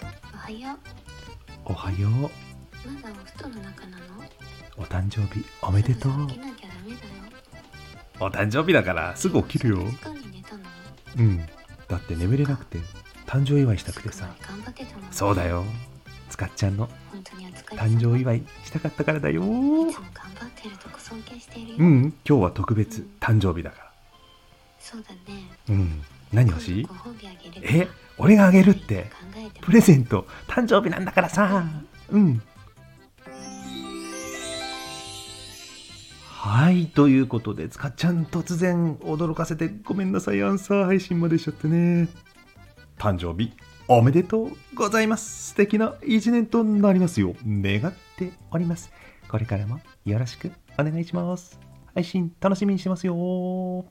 ようおはようまだお布団の中なのお誕生日おめでとそろうそろ起きなきゃダメだよお誕生日だからすぐ起きるよそんな時間に寝たのうんだって眠れなくて誕生祝いしたくてさすごい頑張ってたのそうだよつかっちゃんの本当にお疲れ様誕生祝いしたかったからだよいつも頑張ってるとこ尊敬しているよ、うん今日は特別誕生日だかそうだねらうん何欲しい今度ご褒美あげるえ俺があげるって考えてプレゼント誕生日なんだからさうんはいということでつかちゃん突然驚かせてごめんなさいアンサー配信までしちゃってね誕生日おめでとうございます素敵な一年となりますよう願っておりますこれからもよろしくお願いします配信楽しみにしてますよ